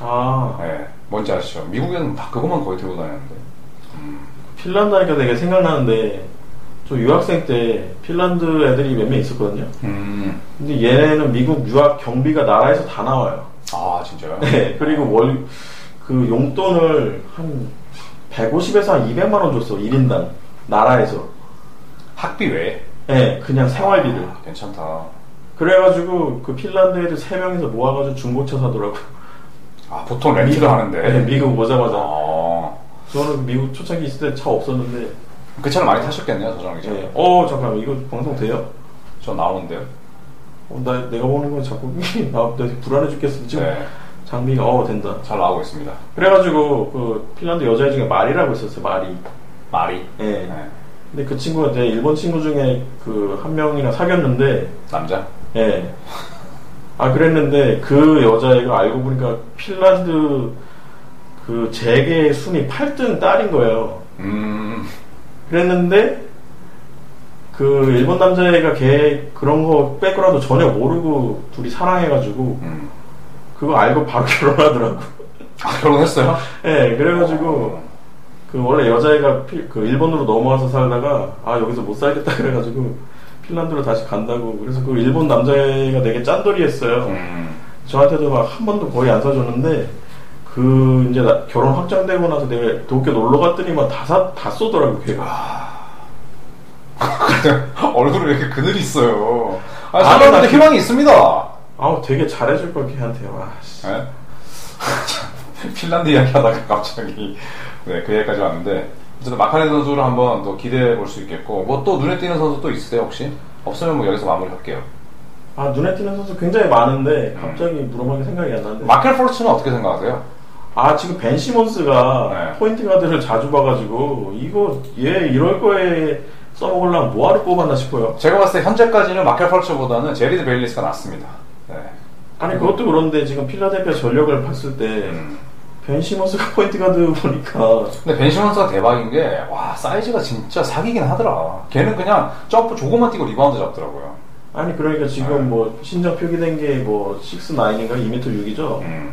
Speaker 4: 아
Speaker 3: 네. 뭔지 아시죠? 미국에는 다 그것만 거의 들고 다녔는데.
Speaker 4: 핀란드 하니까 되게 생각나는데 저 유학생 때 핀란드 애들이 몇 명 있었거든요.
Speaker 3: 음.
Speaker 4: 근데 얘네는 미국 유학 경비가 나라에서 다 나와요.
Speaker 3: 아, 진짜요?
Speaker 4: 네 그리고 월 그 용돈을 한 150에서 한 200만 원 줬어 1인당 나라에서.
Speaker 3: 학비 외에.
Speaker 4: 네 그냥 생활비를.
Speaker 3: 아, 괜찮다.
Speaker 4: 그래가지고 그 핀란드 애들 세 명이서 모아가지고 중고차 사더라고.
Speaker 3: 아, 보통 렌트를 하는데.
Speaker 4: 네, 미국 오자마자.
Speaker 3: 아,
Speaker 4: 저는 미국 초창기 있을 때 차 없었는데
Speaker 3: 그 차를 많이 타셨겠네요, 저랑 이제.
Speaker 4: 예. 어 잠깐만 이거 방송 돼요?
Speaker 3: 저 나오는데요.
Speaker 4: 어, 나 내가 보는 건 자꾸 나, 나 불안해 죽겠어 지금
Speaker 3: 네.
Speaker 4: 장비가 어 된다
Speaker 3: 잘 나오고 있습니다.
Speaker 4: 그래가지고 그 핀란드 여자 중에 마리라고 있었어요 마리
Speaker 3: 말이.
Speaker 4: 예.
Speaker 3: 네.
Speaker 4: 근데 그 친구가 내 일본 친구 중에 그 한 명이랑 사귀었는데
Speaker 3: 남자.
Speaker 4: 예. 아 그랬는데 그 여자애가 알고 보니까 핀란드 그 재계 순위 8등 딸인 거예요
Speaker 3: 음.
Speaker 4: 그랬는데 그 일본 남자애가 걔 그런 거 빼고라도 전혀 모르고 둘이 사랑해가지고
Speaker 3: 음.
Speaker 4: 그거 알고 바로 결혼하더라고.
Speaker 3: 아, 결혼했어요?
Speaker 4: 예, 그래가지고 그 원래 여자애가 필- 그 일본으로 넘어와서 살다가 아 여기서 못 살겠다 그래가지고 핀란드로 다시 간다고 그래서 그 일본 남자애가 되게 짠돌이했어요.
Speaker 3: 음.
Speaker 4: 저한테도 막 한 번도 거의 안 사줬는데 그 이제 나- 결혼 확정되고 나서 내가 도쿄 놀러 갔더니만 다다 다 쏘더라고 걔가.
Speaker 3: 얼굴에 왜 이렇게 그늘이 있어요? 아,
Speaker 4: 아,
Speaker 3: 사람한테
Speaker 4: 나-
Speaker 3: 희망이 있습니다.
Speaker 4: 아우 되게 잘해줄 걸 걔한테 와. 씨.
Speaker 3: 예? 네? 핀란드 이야기 하다가 갑자기 네, 그 얘기까지 왔는데 어쨌든 마카네 선수를 한번 더 기대해 볼 수 있겠고 뭐 또 눈에 띄는 선수 또 있으세요 혹시? 없으면 뭐 여기서 마무리할게요
Speaker 4: 아 눈에 띄는 선수 굉장히 많은데 갑자기 물어보는 생각이 안 나는데.
Speaker 3: 마켈 포르츠는 어떻게 생각하세요?
Speaker 4: 아 지금 벤 시몬스가
Speaker 3: 네.
Speaker 4: 포인트 가드를 자주 봐가지고 이거 얘 이럴 거에 써먹으려면 뭐하러 뽑았나 싶어요.
Speaker 3: 제가 봤을 때 현재까지는 마켈 포르츠보다는 제리드 베일리스가 낫습니다 네.
Speaker 4: 아니 그것도 그런데 지금 필라델피아 전력을 봤을 때 벤
Speaker 3: 음.
Speaker 4: 시몬스가 포인트 가드 보니까
Speaker 3: 근데 벤시몬스가 대박인 게 와 사이즈가 진짜 사기긴 하더라 걔는 그냥 점프 조금만 뛰고 리바운드 잡더라고요
Speaker 4: 아니 그러니까 지금 뭐 신장 표기된 게 뭐 6,9인가 2m 6이죠.
Speaker 3: 음.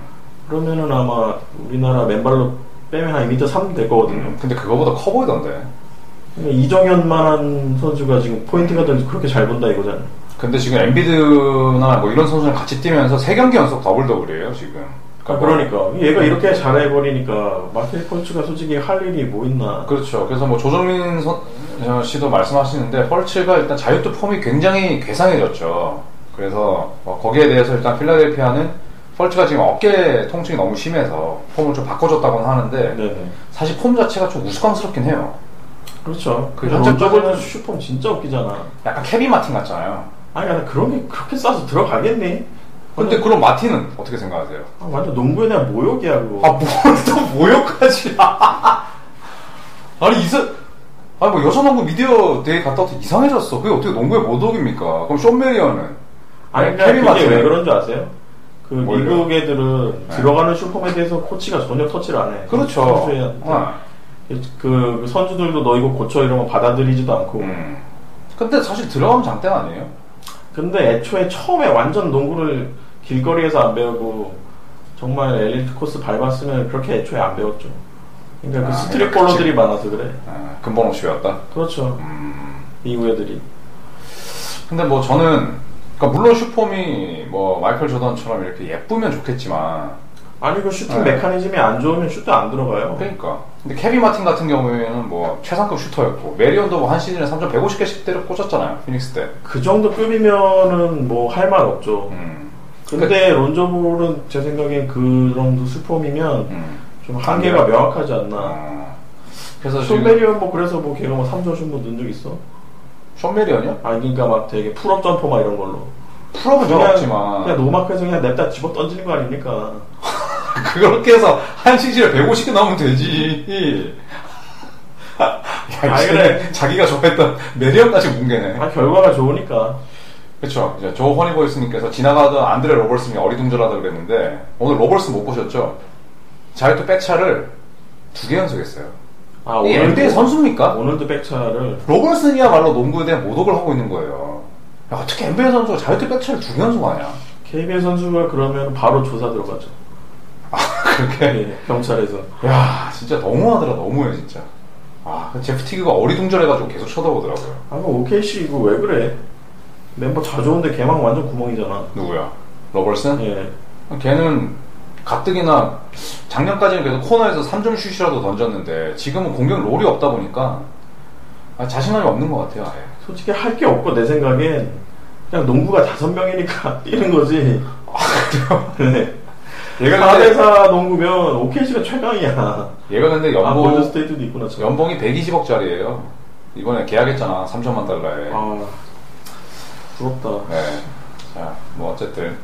Speaker 4: 그러면은 아마 우리나라 맨발로 빼면 한 2m 3 될 거거든요.
Speaker 3: 근데 그거보다 커 보이던데.
Speaker 4: 근데 이정현만한 선수가 지금 포인트가 되면서 그렇게 잘 본다 이거잖아. 요
Speaker 3: 근데 지금 엔비드나 뭐 이런 선수랑 같이 뛰면서 세 경기 연속 더블 더블이에요 지금.
Speaker 4: 아,
Speaker 3: 뭐-
Speaker 4: 그러니까 얘가 이렇게 잘해버리니까 마켓 코치가 솔직히 할 일이 뭐 있나.
Speaker 3: 그렇죠. 그래서 뭐 조정민 선, 어, 씨도 말씀하시는데 펄츠가 일단 자유투 폼이 굉장히 괴상해졌죠. 그래서 어, 거기에 대해서 일단 필라델피아는 펄츠가 지금 어깨 통증이 너무 심해서 폼을 좀 바꿔줬다고는 하는데
Speaker 4: 네네.
Speaker 3: 사실 폼 자체가 좀 우스꽝스럽긴 해요.
Speaker 4: 그렇죠.
Speaker 3: 그
Speaker 4: 그
Speaker 3: 현재까지는-
Speaker 4: 전적으로는 슈퍼 진짜 웃기잖아.
Speaker 3: 약간 케비 마틴 같잖아요.
Speaker 4: 아니 나 그런 게 그렇게 싸서 들어가겠니? 네.
Speaker 3: 근데 그럼 마틴은 어떻게 생각하세요?
Speaker 4: 아, 완전 농구에 대한 모욕이야 그거.
Speaker 3: 아, 뭘 또 모욕까지. 아니, 이사, 아니, 뭐, 여자농구 미디어 대회 갔다 와서 이상해졌어. 그게 어떻게 농구의 모독입니까? 그럼 쇼 메리어는?
Speaker 4: 아니
Speaker 3: 케빈
Speaker 4: 그러니까 그게
Speaker 3: 마틴은-
Speaker 4: 왜 그런 줄 아세요? 네. 그
Speaker 3: 뭘요?
Speaker 4: 미국 애들은 들어가는 슈퍼맨에 대해서 코치가 전혀 터치를 안 해.
Speaker 3: 그렇죠.
Speaker 4: 선수한테.
Speaker 3: 어.
Speaker 4: 그, 그 선수들도 너 이거 고쳐 이런 거 받아들이지도 않고.
Speaker 3: 음. 근데 사실 들어가면 장땡 아니에요?
Speaker 4: 근데 애초에 처음에 완전 농구를 길거리에서 안 배우고 정말 엘리트 코스 밟았으면 그렇게 애초에 안 배웠죠. 그러니까
Speaker 3: 아,
Speaker 4: 그 스트릿
Speaker 3: 그렇지.
Speaker 4: 볼러들이 많아서 그래.
Speaker 3: 아, 근본 없이 외웠다.
Speaker 4: 그렇죠. 미국 애들이.
Speaker 3: 근데 뭐 저는, 그러니까 물론 슈폼이 뭐 마이클 조던처럼 이렇게 예쁘면 좋겠지만,
Speaker 4: 아니 그 슈팅
Speaker 3: 네.
Speaker 4: 메커니즘이 안 좋으면 슛도 안 들어가요.
Speaker 3: 그러니까. 근데 케비 마틴 같은 경우에는 뭐 최상급 슈터였고, 메리온도 뭐 한 시즌에 3점 150개씩 때려 꽂았잖아요. 피닉스 때.
Speaker 4: 그 정도 급이면은 뭐 할 말 없죠.
Speaker 3: 음.
Speaker 4: 근데 론조볼은 제 생각엔 그 정도 수폼이면
Speaker 3: 음.
Speaker 4: 좀 한계가 명확하지 않나.
Speaker 3: 아. 그래서 지금
Speaker 4: 쇼메리언 뭐 그래서 뭐 걔가 뭐 3점 슛뭐 넣은 적 있어?
Speaker 3: 쇼메리언이요?
Speaker 4: 아니 그러니까 막 되게 풀업 점퍼 막 이런 걸로.
Speaker 3: 풀어본 적
Speaker 4: 그냥,
Speaker 3: 없지만
Speaker 4: 그냥 노마크에서 그냥 냅다 집어 던지는 거 아닙니까?
Speaker 3: 그렇게 해서 한 시즌에 150개 나오면 되지 야,
Speaker 4: 아,
Speaker 3: 아,
Speaker 4: 그래.
Speaker 3: 그래. 자기가 좋아했던 메리언까지 뭉개네
Speaker 4: 아 결과가 좋으니까.
Speaker 3: 그쵸 이제 조 허니보이스님께서 지나가던 안드레 로버슨이 어리둥절하다 그랬는데 오늘 로버슨 못 보셨죠? 자유투 백차를 두 개 연속했어요
Speaker 4: 아
Speaker 3: 이
Speaker 4: 오늘도-
Speaker 3: NBA 선수입니까?
Speaker 4: 오늘도 백차를
Speaker 3: 로버슨이야말로 농구에 대한 모독을 하고 있는 거예요 야, 어떻게 NBA 선수가 자유투 백차를 두 개 연속하냐
Speaker 4: KBL 선수가 그러면 바로 조사 들어가죠.
Speaker 3: 그렇게
Speaker 4: 예, 경찰에서.
Speaker 3: 야 진짜 너무하더라 너무해 진짜 아그 제프 티그가 어리둥절해가지고 계속 쳐다보더라고요
Speaker 4: 아마 OKC 이거 왜 그래? 멤버 자주 오는데 걔만 완전 구멍이잖아.
Speaker 3: 누구야 러벌슨
Speaker 4: 예.
Speaker 3: 걔는 가뜩이나 작년까지는 계속 코너에서 3점 슛이라도 던졌는데 지금은 공격 롤이 없다 보니까 아, 자신감이 없는 것 같아요 아예
Speaker 4: 솔직히 할 게 없고 내 생각엔 그냥 농구가 다섯 명이니까 뛰는 거지.
Speaker 3: 아,
Speaker 4: 네.
Speaker 3: 얘가
Speaker 4: 4대4 농구면 OKC가 최강이야.
Speaker 3: 아, 네. 얘가 근데
Speaker 4: 아,
Speaker 3: 연봉
Speaker 4: 골든스테이트도 있구나. 참.
Speaker 3: 연봉이 120억짜리예요 이번에 계약했잖아 3천만 달러에
Speaker 4: 아, 부럽다.
Speaker 3: 네. 자, 뭐 어쨌든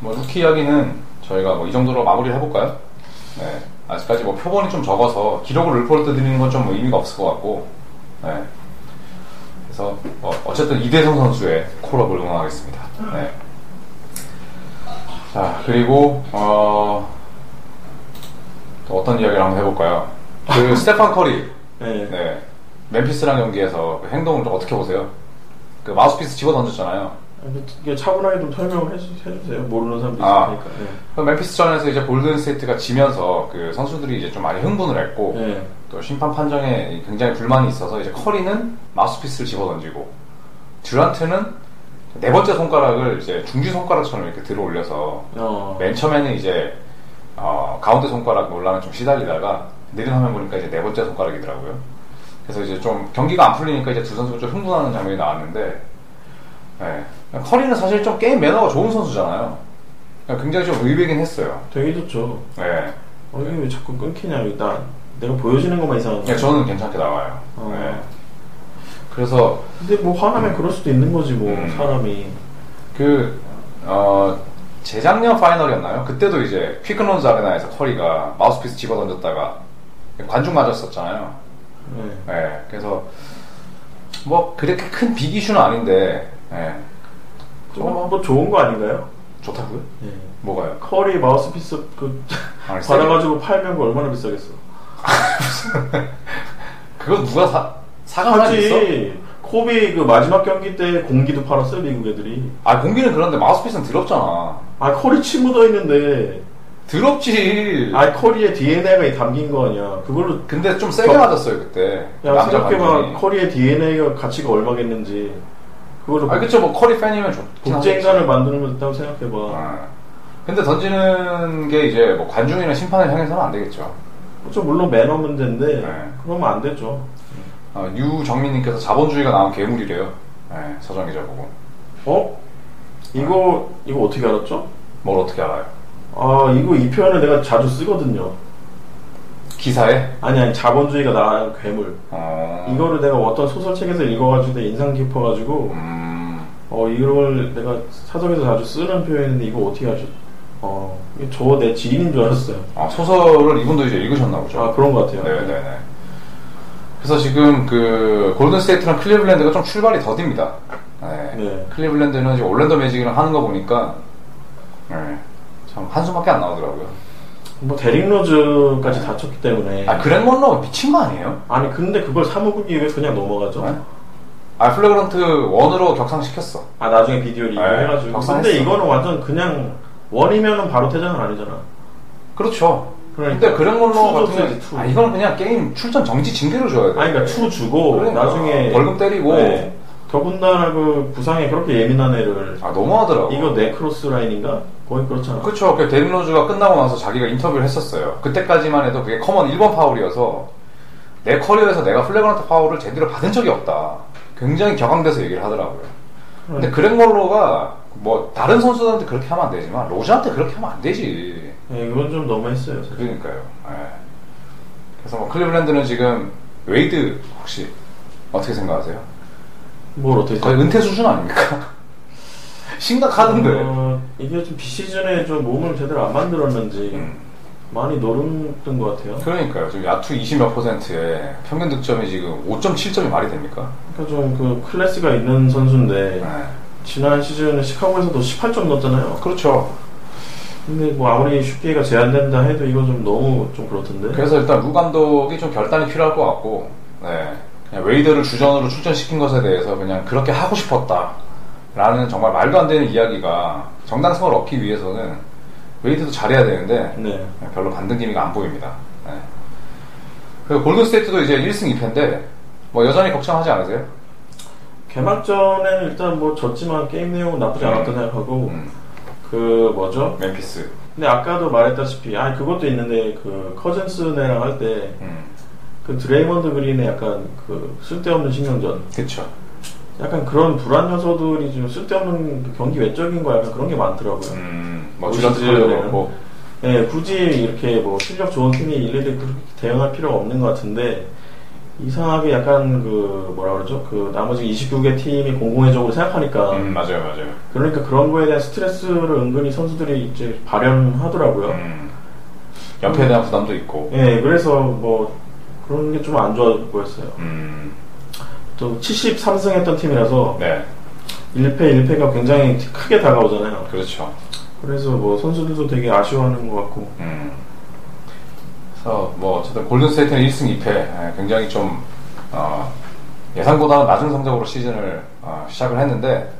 Speaker 3: 뭐 루키 이야기는 저희가 뭐 이 정도로 마무리를 해볼까요? 네. 아직까지 뭐 표본이 좀 적어서 기록을 리포트 드리는 건 좀뭐 의미가 없을 것 같고, 네. 그래서 어, 어쨌든 이대성 선수의 콜업을 응원하겠습니다. 네. 자, 그리고 어, 또 어떤 이야기를 한번 해볼까요? 그 스테판 커리,
Speaker 4: 네.
Speaker 3: 네. 멤피스랑 경기에서 그 행동을 좀 어떻게 보세요? 그 마우스피스 집어 던졌잖아요.
Speaker 4: 아니, 이게 차분하게 좀 설명을 해주, 해주세요. 모르는 사람도
Speaker 3: 아.
Speaker 4: 있으니까.
Speaker 3: 그럼 멤피스전에서 이제 골든스테이트가 지면서 그 선수들이 이제 좀 많이 흥분을 했고
Speaker 4: 네. 네.
Speaker 3: 또 심판 판정에 굉장히 불만이 있어서 이제 커리는 마우스피스를 집어던지고 듀란트는 네 번째 손가락을 이제 중지 손가락처럼 이렇게 들어 올려서
Speaker 4: 어.
Speaker 3: 맨 처음에는 이제 어, 가운데 손가락 논란을 좀 시달리다가 내린 화면 보니까 이제 네 번째 손가락이더라고요. 그래서 이제 좀 경기가 안 풀리니까 이제 두 선수가 좀 흥분하는 장면이 나왔는데 예. 커리는 사실 좀 게임 매너가 좋은 선수잖아요. 그러니까 굉장히 좀 의외긴 했어요.
Speaker 4: 되게 좋죠.
Speaker 3: 예.
Speaker 4: 어, 이게 왜 자꾸 끊기냐, 일단. 내가 보여지는 것만 이상한데.
Speaker 3: 그러니까 저는 괜찮게 나와요.
Speaker 4: 어.
Speaker 3: 예. 그래서
Speaker 4: 근데 뭐 화나면 그럴 수도 있는 거지, 뭐,
Speaker 3: 음.
Speaker 4: 사람이.
Speaker 3: 그 어, 재작년 파이널이었나요? 그때도 이제 퀵클론즈 아레나에서 커리가 마우스피스 집어던졌다가 관중 맞았었잖아요.
Speaker 4: 네.
Speaker 3: 예, 그래서 뭐 그렇게 큰 빅이슈는 아닌데 예,
Speaker 4: 저건
Speaker 3: 어.
Speaker 4: 뭐 좋은 거 아닌가요?
Speaker 3: 좋다고요?
Speaker 4: 예.
Speaker 3: 뭐가요?
Speaker 4: 커리 마우스피스 그
Speaker 3: 아니, 세게.
Speaker 4: 받아가지고 팔면 그 얼마나 비싸겠어?
Speaker 3: 그거 누가 사 사가 하나 있어?
Speaker 4: 하지 코비 그 마지막 경기 때 공기도 팔았어요 미국 애들이.
Speaker 3: 아 공기는 그런데 마우스피스는 더럽잖아.
Speaker 4: 아 커리 침 묻어 있는데
Speaker 3: 더럽지.
Speaker 4: 아 커리의 DNA가 담긴 거 아니야. 그걸로
Speaker 3: 근데 좀 세게
Speaker 4: 저-
Speaker 3: 맞았어요 그때.
Speaker 4: 야 생각해봐
Speaker 3: 감독이.
Speaker 4: 커리의 DNA가 가치가 얼마겠는지. 그걸로
Speaker 3: 아 그쵸 뭐 커리 팬이면 좋긴
Speaker 4: 국제인간을 만드는 것도 생각해봐.
Speaker 3: 아. 근데 던지는 게 이제 뭐 관중이나 심판을 향해서는 안 되겠죠.
Speaker 4: 좀 물론 매너 문제인데
Speaker 3: 네.
Speaker 4: 그러면 안 되죠.
Speaker 3: 어, 유정민님께서 자본주의가 나온 괴물이래요. 네, 서정 기자 보고.
Speaker 4: 어?
Speaker 3: 아.
Speaker 4: 이거 이거 어떻게 알았죠?
Speaker 3: 뭘 어떻게 알아요?
Speaker 4: 아 이거 이 표현을 내가 자주 쓰거든요.
Speaker 3: 기사에?
Speaker 4: 아니 아니 자본주의가 나은 괴물.
Speaker 3: 어...
Speaker 4: 이거를 내가 어떤 소설책에서 읽어가지고 내 인상 깊어가지고
Speaker 3: 음...
Speaker 4: 어 이걸 내가 사정에서 자주 쓰는 표현인데 이거 어떻게 하셨? 어저 내 지인인 줄 알았어요.
Speaker 3: 아, 소설을 이분도 이제 읽으셨나 보죠.
Speaker 4: 아 그런 것 같아요.
Speaker 3: 네네네. 그래서 지금 그 골든스테이트랑 클리블랜드가 좀 출발이 더딥니다. 네.
Speaker 4: 네.
Speaker 3: 클리블랜드는 지금 올랜도 매직이랑 하는 거 보니까 네. 참 한숨밖에 안 나오더라고요.
Speaker 4: 뭐 데릭 로즈까지 다쳤기 때문에
Speaker 3: 아 그랜 먼로 미친 거 아니에요?
Speaker 4: 아니 근데 그걸 사무국이 왜 그냥 넘어가죠?
Speaker 3: 네? 아 플래그런트 원으로 격상시켰어.
Speaker 4: 아 나중에 비디오 리뷰
Speaker 3: 네,
Speaker 4: 해가지고
Speaker 3: 박상했어.
Speaker 4: 근데 이거는 완전 그냥 원이면은 바로 퇴장은 아니잖아
Speaker 3: 그렇죠.
Speaker 4: 그러니까.
Speaker 3: 근데 그랜 먼로
Speaker 4: 투
Speaker 3: 같은
Speaker 4: 줬어야지,
Speaker 3: 경우
Speaker 4: 투.
Speaker 3: 아 이건 그냥 게임 출전 정지 징계로 줘야 돼.
Speaker 4: 아니 그러니까 추 주고
Speaker 3: 그러니까.
Speaker 4: 나중에 네.
Speaker 3: 벌금 때리고.
Speaker 4: 더군다나 그 부상에 그렇게 예민한 애를
Speaker 3: 아 너무하더라고.
Speaker 4: 이거 네크로스 라인인가? 거의 그렇잖아
Speaker 3: 그렇죠. 그 데린 로즈가 끝나고 나서 자기가 인터뷰를 했었어요. 그때까지만 해도 그게 커먼 1번 파울이어서 내 커리어에서 내가 플래그런트 파울을 제대로 받은 적이 없다. 굉장히 격앙돼서 얘기를 하더라고요. 근데 그랜 걸로가 뭐 다른 선수들한테 그렇게 하면 안 되지만 로즈한테 그렇게 하면 안 되지.
Speaker 4: 네, 이건 좀 너무했어요 사실.
Speaker 3: 그러니까요. 예. 그래서 뭐 클리블랜드는 지금 웨이드 혹시 어떻게 생각하세요?
Speaker 4: 뭘 어떻게
Speaker 3: 거의
Speaker 4: 생각해?
Speaker 3: 은퇴 수준 아닙니까? 심각하던데.
Speaker 4: 어, 이게 좀 비시즌에 좀 몸을 제대로 안 만들었는지
Speaker 3: 음.
Speaker 4: 많이 노름던 것 같아요
Speaker 3: 그러니까요. 지금 야투 20몇 퍼센트에 평균 득점이 지금 5.7점이 말이 됩니까?
Speaker 4: 그러니까 좀 그 클래스가 있는 선수인데
Speaker 3: 네.
Speaker 4: 지난 시즌에 시카고에서도 18점 넣었잖아요
Speaker 3: 그렇죠.
Speaker 4: 근데 뭐 아무리 슈피가 제한된다 해도 이거 좀 너무 좀 그렇던데.
Speaker 3: 그래서 일단 루 감독이 좀 결단이 필요할 것 같고, 네. 그냥 웨이드를 주전으로 출전시킨 것에 대해서 그냥 그렇게 하고 싶었다. 라는 정말 말도 안 되는 이야기가 정당성을 얻기 위해서는 웨이드도 잘해야 되는데,
Speaker 4: 네.
Speaker 3: 별로 반등 기미가 안 보입니다. 네. 그리고 골든스테이트도 이제 1승 2패인데, 뭐 여전히 걱정하지 않으세요?
Speaker 4: 개막전에는 일단 뭐 졌지만 게임 내용은 나쁘지 않았다
Speaker 3: 음.
Speaker 4: 생각하고
Speaker 3: 음,
Speaker 4: 그 뭐죠?
Speaker 3: 멤피스.
Speaker 4: 근데 아까도 말했다시피 아 그것도 있는데 그 커즌스네랑 할 때 그
Speaker 3: 음,
Speaker 4: 드레이먼드 그린의 약간 그 쓸데없는 신경전,
Speaker 3: 그쵸.
Speaker 4: 약간 그런 불안 요소들이 좀 쓸데없는 그 경기 외적인 거 약간 그런 게 많더라고요.
Speaker 3: 음, 뭐
Speaker 4: 올
Speaker 3: 주전트
Speaker 4: 시즌에는.
Speaker 3: 도뭐 그렇고.
Speaker 4: 예, 굳이 이렇게 뭐 실력 좋은 팀이 일일이 그렇게 대응할 필요가 없는 것 같은데 이상하게 약간 그 뭐라 그러죠? 그 나머지 29개 팀이 공공의적으로 생각하니까
Speaker 3: 음, 맞아요, 맞아요.
Speaker 4: 그러니까 그런 거에 대한 스트레스를 은근히 선수들이 이제 발현하더라고요.
Speaker 3: 음, 연패에 대한 부담도 있고.
Speaker 4: 예, 그래서 뭐 그런 게 좀 안 좋아 보였어요.
Speaker 3: 음,
Speaker 4: 또 73승 했던 팀이라서
Speaker 3: 네,
Speaker 4: 1패 1패가 굉장히 크게 다가오잖아요.
Speaker 3: 그렇죠.
Speaker 4: 그래서 뭐 선수들도 되게 아쉬워하는 것 같고
Speaker 3: 음. 그래서 뭐 어쨌든 골든스테이트는 1승 2패 예, 굉장히 좀 어, 예상보다 낮은 성적으로 시즌을 어, 시작을 했는데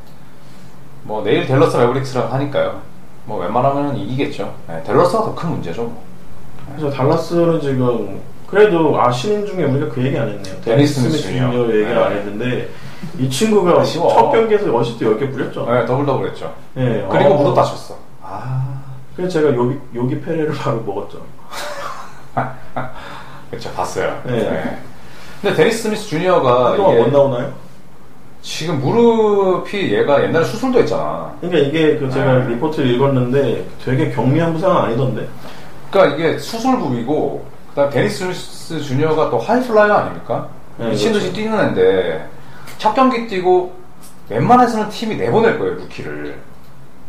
Speaker 3: 뭐 내일 댈러스 매브릭스랑 하니까요 뭐 웬만하면 이기겠죠 예, 댈러스가 더 큰 문제죠 뭐.
Speaker 4: 그래서 달라스는 지금 그래도 아 신인 중에 우리가 그 얘기 안 했네요.
Speaker 3: 데니스
Speaker 4: 데니스
Speaker 3: 스미스 주니어.
Speaker 4: 주니어 얘기를
Speaker 3: 네.
Speaker 4: 안 했는데 이 친구가
Speaker 3: 아쉬워.
Speaker 4: 첫 경기에서 어시스트 10개 부렸죠.
Speaker 3: 예, 더블 더블 했죠
Speaker 4: 예,
Speaker 3: 그리고
Speaker 4: 어.
Speaker 3: 무릎 다쳤어 아
Speaker 4: 그래서 제가 요기, 요기 페레를 바로 먹었죠.
Speaker 3: 그렇죠 봤어요
Speaker 4: 예.
Speaker 3: 예. 근데 데니스 스미스 주니어가
Speaker 4: 한동안
Speaker 3: 아, 이게
Speaker 4: 못 나오나요?
Speaker 3: 지금 무릎이 얘가 옛날에 수술도 했잖아
Speaker 4: 그러니까 이게 그 제가
Speaker 3: 네.
Speaker 4: 리포트를 읽었는데 되게 경미한 부상은 아니던데.
Speaker 3: 그러니까 이게 수술 부위고 그다음 데니스 주니어가 또 하이플라이어 아닙니까?
Speaker 4: 네,
Speaker 3: 미친 듯이
Speaker 4: 그렇죠.
Speaker 3: 뛰는 애인데 첫 경기 뛰고 웬만해서는 팀이 내보낼 거예요 루키를.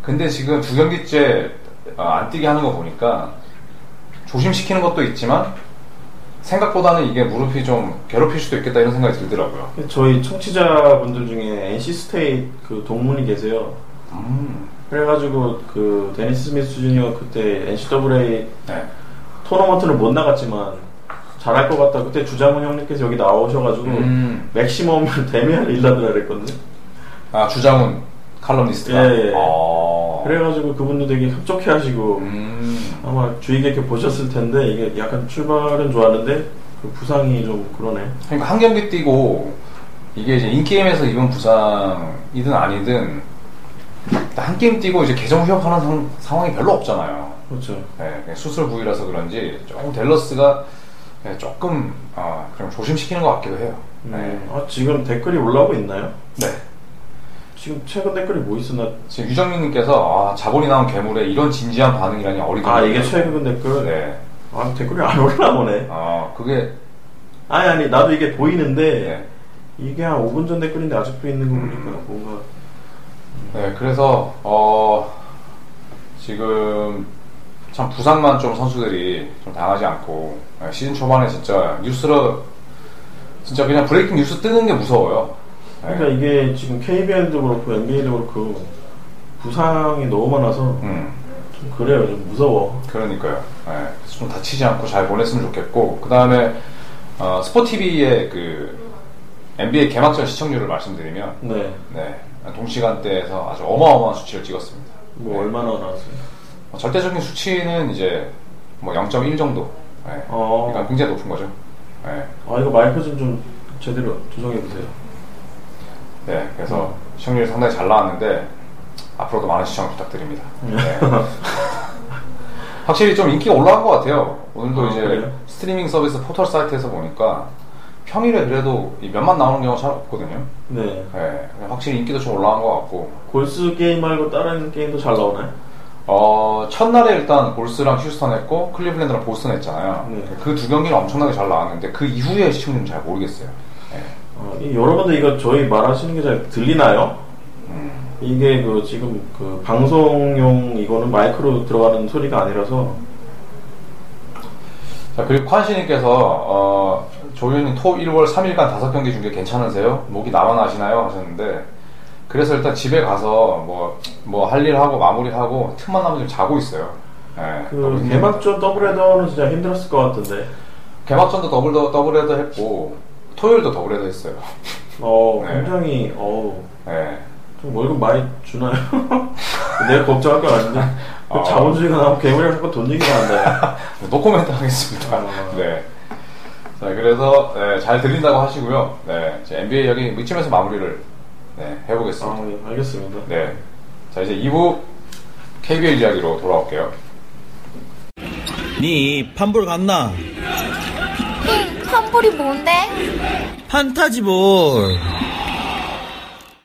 Speaker 3: 근데 지금 두 경기째 아, 안 뛰게 하는 거 보니까 조심시키는 것도 있지만 생각보다는 이게 무릎이 좀 괴롭힐 수도 있겠다 이런 생각이 들더라고요.
Speaker 4: 저희 청취자분들 중에 NC 스테이트 그 동문이 계세요.
Speaker 3: 음,
Speaker 4: 그래가지고 그 데니스 스미스 주니어 그때 NCAA
Speaker 3: 네.
Speaker 4: 토너먼트는 못 나갔지만 잘할 것 같다. 그때 주장훈 형님께서 여기 나오셔가지고
Speaker 3: 음.
Speaker 4: 맥시멈을 데미안 일라드라 그랬거든요.
Speaker 3: 아 주장훈 칼럼니스트가.
Speaker 4: 예, 예.
Speaker 3: 아.
Speaker 4: 그래가지고 그분도 되게 협조해하시고
Speaker 3: 음.
Speaker 4: 아마 주의 깊게 보셨을 텐데 이게 약간 출발은 좋았는데 그 부상이 좀 그러네.
Speaker 3: 그러니까 한 경기 뛰고 이게 이제 인게임에서 입은 부상이든 아니든 일단 한 게임 뛰고 이제 계정 휴업하는 상, 상황이 별로 없잖아요.
Speaker 4: 그렇죠.
Speaker 3: 예, 그냥 수술 부위라서 그런지 조금 댈러스가 예, 조금 아, 그냥 조심시키는 것 같기도 해요.
Speaker 4: 음. 아 지금 댓글이 올라오고 있나요?
Speaker 3: 네.
Speaker 4: 지금 최근 댓글이 뭐 있었나?
Speaker 3: 지금 유정민님께서 아, 자본이 나온 괴물에 이런 진지한 반응이라니 어리둥절.
Speaker 4: 아 이게 최근 댓글.
Speaker 3: 네.
Speaker 4: 아 댓글이 안 올라오네.
Speaker 3: 아 그게
Speaker 4: 아니 아니 나도 이게 보이는데
Speaker 3: 네. 음.
Speaker 4: 이게 한 5분 전 댓글인데 아직도 있는 거 보니까 뭔가
Speaker 3: 네, 그래서 어, 지금 참 부상만 좀 선수들이 좀 당하지 않고 예, 시즌 초반에 진짜 뉴스로 진짜 그냥 브레이킹 뉴스 뜨는 게 무서워요. 예.
Speaker 4: 그러니까 이게 지금 KBL도 그렇고 NBA도 그렇고 부상이 너무 많아서
Speaker 3: 음.
Speaker 4: 좀 그래요 좀 무서워
Speaker 3: 그러니까요. 예, 좀 다치지 않고 잘 보냈으면 좋겠고 그 다음에 어, 스포티비의 그 NBA 개막전 시청률을 말씀드리면
Speaker 4: 네뭐
Speaker 3: 네, 동시간대에서 아주 어마어마한 수치를 찍었습니다.
Speaker 4: 얼마나 나왔어요
Speaker 3: 어, 절대적인 수치는 이제 뭐 0.1 정도. 예.
Speaker 4: 어.
Speaker 3: 그러니까 굉장히 높은 거죠. 예.
Speaker 4: 아 이거 마이크 좀, 좀 제대로 조정해보세요
Speaker 3: 네,
Speaker 4: 음.
Speaker 3: 그래서 시청률이 상당히 잘 나왔는데 앞으로도 많은 시청 부탁드립니다.
Speaker 4: 음.
Speaker 3: 네. 확실히 좀 인기가 올라간 것 같아요. 오늘도
Speaker 4: 아,
Speaker 3: 이제
Speaker 4: 그래요?
Speaker 3: 스트리밍 서비스 포털 사이트에서 보니까 평일에 그래도 이 몇만 나오는 경우가 잘 없거든요.
Speaker 4: 네
Speaker 3: 예. 확실히 인기도 좀 올라간 것 같고
Speaker 4: 골수 게임 말고 다른 게임도 잘 나오나요?
Speaker 3: 어, 첫날에 일단 골스랑 휴스턴 했고 클리블랜드랑 보스턴 했잖아요.
Speaker 4: 네.
Speaker 3: 그 두 경기는 엄청나게 잘 나왔는데 그 이후에 시청률은 잘 모르겠어요.
Speaker 4: 어, 이 여러분들 이거 저희 말하시는 게 잘 들리나요? 이게 그 지금 그 방송용 이거는 마이크로 들어가는 소리가 아니라서
Speaker 3: 자, 그리고 ኳ시님께서 어, 조윤이 토 1월 3일간 5경기 중계 괜찮으세요? 목이 남아나시나요? 하셨는데 그래서 일단 집에 가서 뭐 뭐 할 일 하고 마무리하고 틈만 나면 좀 자고 있어요. 예, 너무
Speaker 4: 그
Speaker 3: 힘듭니다.
Speaker 4: 개막전 더블 헤더는 진짜 힘들었을 것 같은데
Speaker 3: 개막전도 더블 더, 더블헤더 했고 토요일도 더블헤더 했어요.
Speaker 4: 어
Speaker 3: 네.
Speaker 4: 굉장히 어우
Speaker 3: 예.
Speaker 4: 좀 월급 많이 주나요? 내가 걱정할 건 아닌데 그
Speaker 3: 어.
Speaker 4: 자본주의가 나오고 괴물이랑 자꾸 돈 얘기가 난다
Speaker 3: 네, 노코멘트 하겠습니다.
Speaker 4: 아.
Speaker 3: 네. 자, 그래서 네, 잘 들린다고 하시고요. 네, 이제 NBA 여기 이쯤에서 마무리를 네, 해보겠습니다.
Speaker 4: 아, 예, 알겠습니다
Speaker 3: 네. 자, 이제 2부 KBL 이야기로 돌아올게요.
Speaker 5: 니 판볼 갔나?
Speaker 6: 응, 환불이 뭔데?
Speaker 5: 판타지볼